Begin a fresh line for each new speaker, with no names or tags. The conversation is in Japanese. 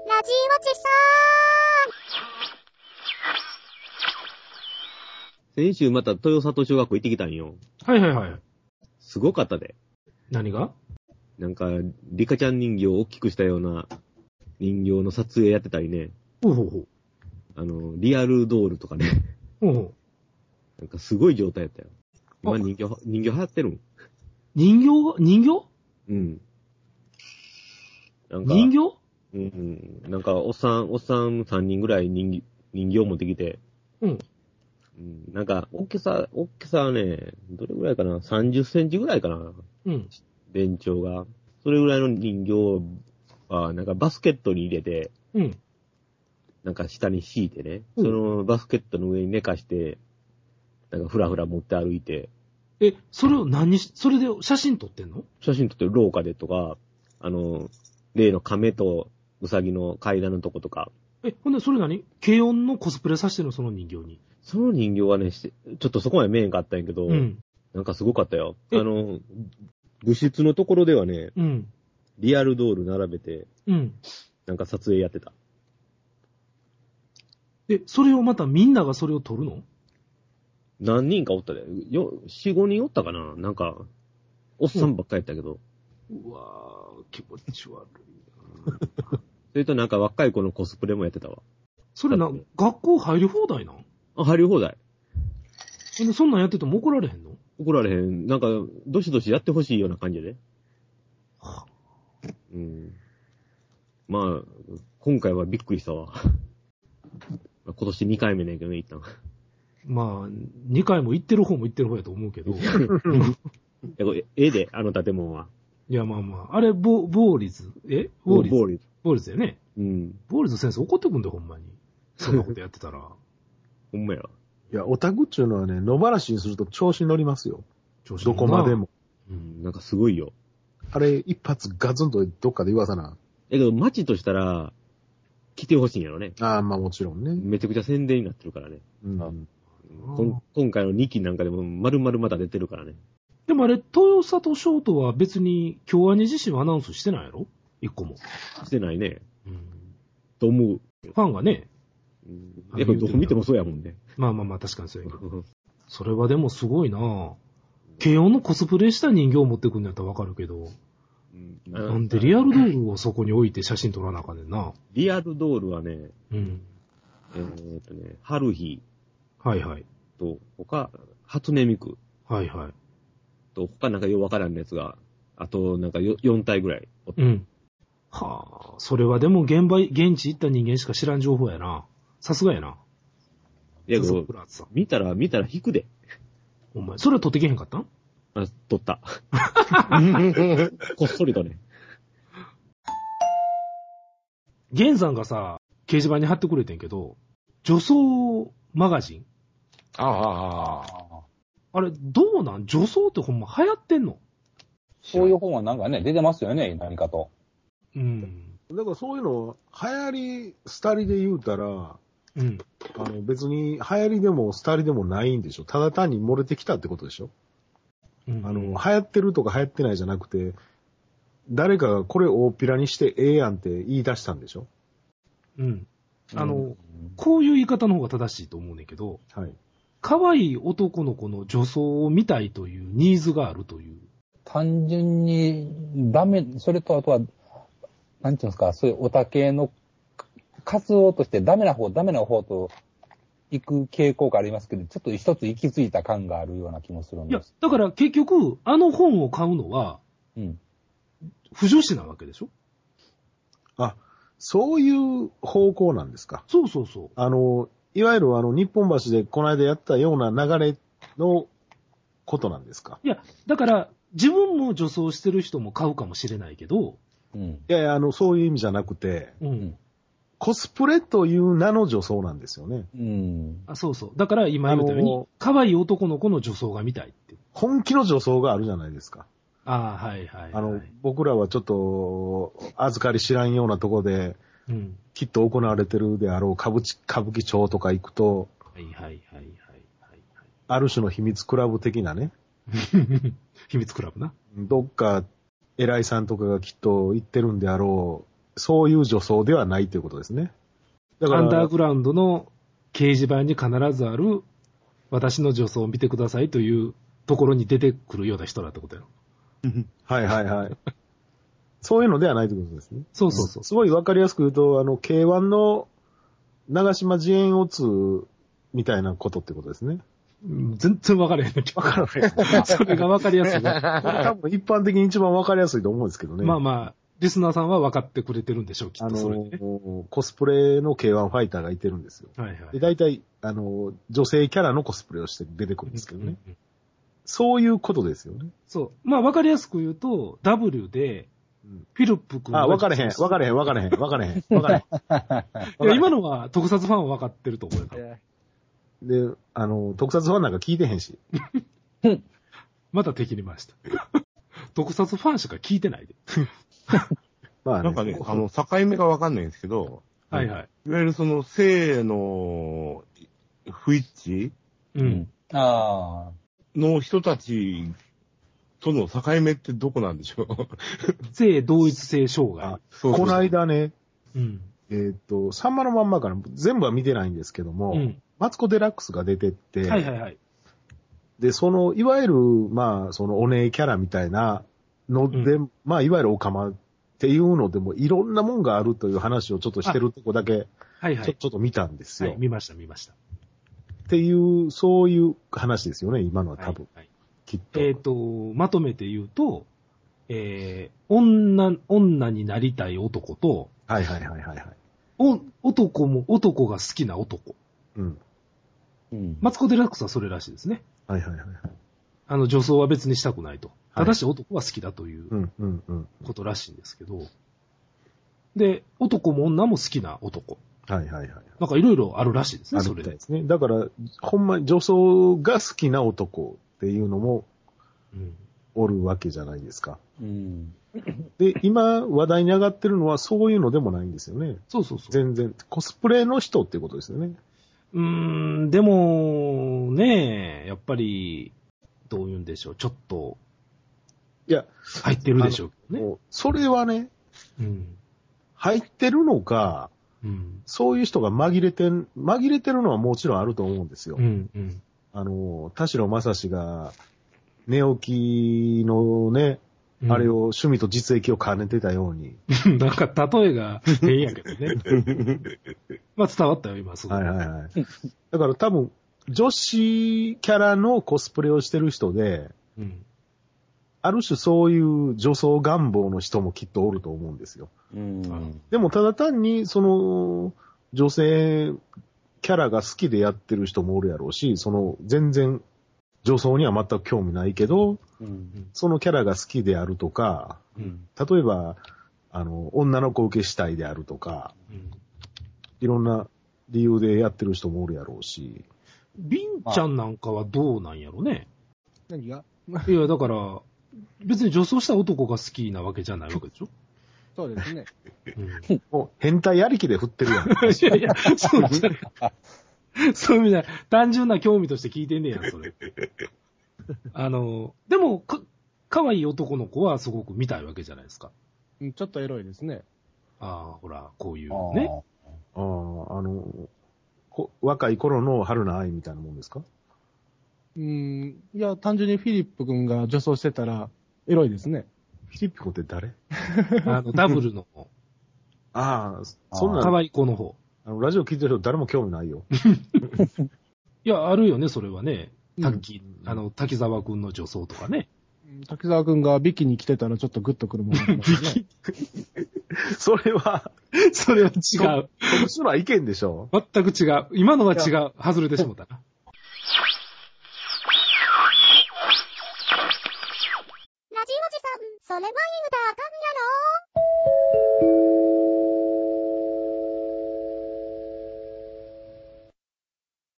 ちそ
先週また豊里小学校行ってきたんよ。
はいはいはい。
すごかったで。
何が
なんか、リカちゃん人形を大きくしたような人形の撮影やってたりね。
ほうほうほう。
あの、リアルドールとかね。
ほうほう。
なんかすごい状態やったよ。今
あ
人形、人形流行ってるん
人形が人形
うん。なんか、
人形
うん、うん。なんか、おっさん、おっさん3人ぐらい人形人形持ってきて。
うん。
うん。なんか、大きさ、大きさはね、どれぐらいかな ?30 センチぐらいかな
うん。
全長が。それぐらいの人形は、なんかバスケットに入れて、
うん。
なんか下に敷いてね、
うん
そのバスケットの上に寝かして、なんかふらふら持って歩いて、
え、それを何にし、それで写真撮ってんの
写真撮ってる廊下でとか、あの、例の亀とウサギの階段のとことか、
え、ほんでそれ何軽音のコスプレさせてるのその人形に。
その人形はね、してちょっとそこまで見えんかったんやけど、
うん。
なんかすごかったよ。あ
え
の、部室のところではね、
うん。
リアルドール並べて、
うん。
なんか撮影やってた。
え、それをまたみんながそれを撮るの
何人かおったで。よ、四五人おったかななんか、おっさんばっかりやったけど。
うわー、気持ち悪い。
それとなんか若い子のコスプレもやってたわ。
それな、学校入り放題なん
あ、入り放題。
ほんでそんなんやってても怒られへんの
怒られへん。なんか、どしどしやってほしいような感じで。
は
うん。まあ、今回はびっくりしたわ。 まあ今年2回目ねんけどね、一 旦。
まあ、2回も行ってる方も行ってる方やと思うけど。
え、これええで、あの建物は。
いや、まあまあ。あれ、ボボーリズ。えボーリズ。
ボーリ
ボーリズだよね。
うん。
ボーリズ先生怒ってくんだよ、ほんまに。そんなことやってたら、
ほんまやわ。
いや、オタクっちゅうのはね、野放しにすると調子に乗りますよ。
調子乗
ど
る
こまで。も。
うん。
なんかすごいよ。
あれ、一発ガツンとどっかで言わさな。
え、けど街としたら、来てほしいんやろね。
ああ、まあもちろんね。
めちゃくちゃ宣伝になってるからね。
うん。
こん今回の2期なんかでも丸々また出てるからね。
でもあれ、豊里翔とは別に、京アニ自身はアナウンスしてないやろ一個も。
してないね。
うん。
と思う。
ファンがね、
うん
あ
やっぱ
言うて
ど
る
こ見てもそうやもんね。
まあまあまあ、確かにそうやけど。それはでもすごいなぁ。慶応のコスプレした人形を持ってくんのやったらわかるけど、なんでリアルドールをそこに置いて写真撮らなあかんねんな。
リアルドールはね、
うん。
えーっとね、春日
はいはい。
と、他、初音ミク
はいはい。
と、他なんかようわからんやつが、あと、なんかよ4体ぐらいおっ
うん。はあ、それはでも現場、現地行った人間しか知らん情報やな。さすがやな。
いやけ
ジョ
ど
セフ、ラーツさん。
見たら、見たら引くで。
お前、それは取ってけへんかったん
あ、撮った。こっそりとね。
ゲンさんがさ、掲示板に貼ってくれてんけど、女装マガジン。
ああ、ああ。
あれ、どうなん女装ってほんま流行ってんの
そういう本はなんかね、出てますよね、何かと。
うん。
だからそういうの、流行り、廃りで言うたら、
うん。
あの別に流行りでも廃りでもないんでしょ。ただ単に漏れてきたってことでしょ。
うん
あの、流行ってるとか流行ってないじゃなくて、誰かがこれ大っぴらにしてええやんって言い出したんでしょ。
うん。あの、
うん
こういう言い方の方が正しいと思うねんけど、
はい。
可愛い男の子の女装を見たいというニーズがあるという。
単純に、ダメ、それとあとは、なんていうんですか、そういうオタ系の活動としてダメな方、ダメな方と行く傾向がありますけど、ちょっと一つ行き着いた感があるような気もするん
いや
です。、
だから結局、あの本を買うのは、
うん。
不女子なわけでしょ
あ、そういう方向なんですか。
そうそうそう。
あの、いわゆるあの、日本橋でこの間やったような流れのことなんですか。
いや、だから、自分も女装してる人も買うかもしれないけど、
うん。
いやいや、あの、そういう意味じゃなくて、
うん。
ん
コスプレという名の女装なんですよね。
うん。
あそうそう。だから今言ったよう
あ
に
の、
可愛い男の子の女装が見たいって。
本気の女装があるじゃないですか。
ああ、はいはい、はい。
あの、僕らはちょっと、預かり知らんようなとこで、
うん。
きっと行われてるであろう歌舞伎歌舞伎町とか行くと、
はいはいはいはいはい
ある種の秘密クラブ的なね、
はい。秘密クラブな。
どっか偉いさんとかがきっと行ってるんであろう、そういう女装ではないということですね。だか
アンダ
ら
ー、グラウンドの掲示板に必ずある、私の女装を見てくださいというところに出てくるような人だってことやろ。
はいはいはい。そういうのではないということですね。
そうそうそう。
すごいわかりやすく言うと、あの、K1 の長島自演をつみたいなことってことですね。
うん全然わ からへんねんけど。
わからない。こ
それがわかりやすいね。
れ多分一般的に一番わかりやすいと思うんですけどね。
まあまあ、リスナーさんは分かってくれてるんでしょう、きっ
あ
と
の
それでね。
コスプレの K1 ファイターがいてるんですよ。
はいは
で、
い。
大体、あの、女性キャラのコスプレをして出てくるんですけどね。
うん
そういうことですよね。
そう。まあ、わかりやすく言うと、W で
うん、
フィリップ君が
あ、分かれへん、分かれへん、分かれへん、分かれへん、分かれへん。
いや、今のは特撮ファンは分かってると思うよ。
で、あの、特撮ファンなんか聞いてへんし。
また敵にました。 特撮ファンしか聞いてないで。
まあ、
なんかね、あの、境目がわかんないんですけど、
はいはい。
いわゆるその、性の不一
う。。
致
うんああ。
の人たちとの境目ってどこなんでしょう
性同一性障
あ
害。
そう
この間ね、
うん。
えーっと、さんまのまんまから全部は見てないんですけども、
うん。
マツコ・デラックスが出てって、
はいはいはい。
で、その、いわゆる、まあ、その、お姉キャラみたいなので、まあ、いわゆるオカマっていうのでも、いろんなもんがあるという話をちょっとしてるとこだけ、
はい
ちょ
はい。
ちょっと見たんです
は
よ、
い、見ました見ました。
っていう、そういう話ですよね、今のは多分、
はいはい
きっと。
えっ、と、まとめて言うと、えー、女、女になりたい男と、
はいはいはいはいはい。
お、男も男が好きな男。
うん。
うん。
マツコ・デラックスはそれらしいですね。
はいはいはいはい。
あの、女装は別にしたくないと。
は
た
い
だし男は好きだという
うんうんうん。
ことらしいんですけど。で、男も女も好きな男。
はいはいはい。
なんかいろいろあるらしいです
あ
ね、そ
るみ
れ
たい
で。
ですね。だから、ほんまに女装が好きな男っていうのも
うん
おるわけじゃないですか。
うん。
で、今話題に上がってるのはそういうのでもないんですよね。
そうそうそう。
全然。コスプレの人っていうことですよね。
うーん、でも、ねえ、やっぱり、どう言うんでしょう。ちょっと、
いや、
入ってるでしょうけどね。
もうそれはね、
うん。
入ってるのか、
うん。
そういう人が紛れてん、紛れてるのはもちろんあると思うんですよ。
うん。うん。
あの、田代正史が、寝起きのね、
うん
あれを、趣味と実益を兼ねてたように。
なんか例えが変やけど ね。まあ伝わったよ、今すご。
はいいはいはい。だから多分、女子キャラのコスプレをしてる人で、
うん。
ある種そういう女装願望の人もきっとおると思うんですよ。
うん。
でもただ単に、その、女性キャラが好きでやってる人もおるやろうし、その、全然、女装には全く興味ないけど、
うん。
そのキャラが好きであるとか、
うん。
例えば、あの、女の子受けしたいであるとか、
うん。
いろんな理由でやってる人もおるやろうし、
ビンちゃんなんかはどうなんやろね。
何が
いや、だから、別に女装した男が好きなわけじゃないわけでしょ。
そうですね。
うん、い
もう変態ありきで振ってるやん。
やいや、そうじゃないそういう意味じゃない単純な興味として聞いてんねや、それ。あの、でも、か、可愛い男の子はすごく見たいわけじゃないですか。
うんちょっとエロいですね。
ああ、ほら、こういう
ああ
ね。。
ああ、あの、こ若い頃の春の愛みたいなもんですか
うん。いや、単純にフィリップ君が女装してたら、エロいですね。
フィリピコって誰
あの、ダブルの方
ああ、そんな
可
ん
愛い子の方。
あの、ラジオ聞いてる人誰も興味な いよ。
いや、あるよね、それはね。滝、
うん
あの、滝沢くんの女装とかね。
うん滝沢君がビキに来てたらちょっとグッとくるものありますね。
それは、
それは違う。
特殊な意見でしょ
全く違う。今のは違う。外れてしもたな。
ラジオジさん、それは言うたらあかんやろ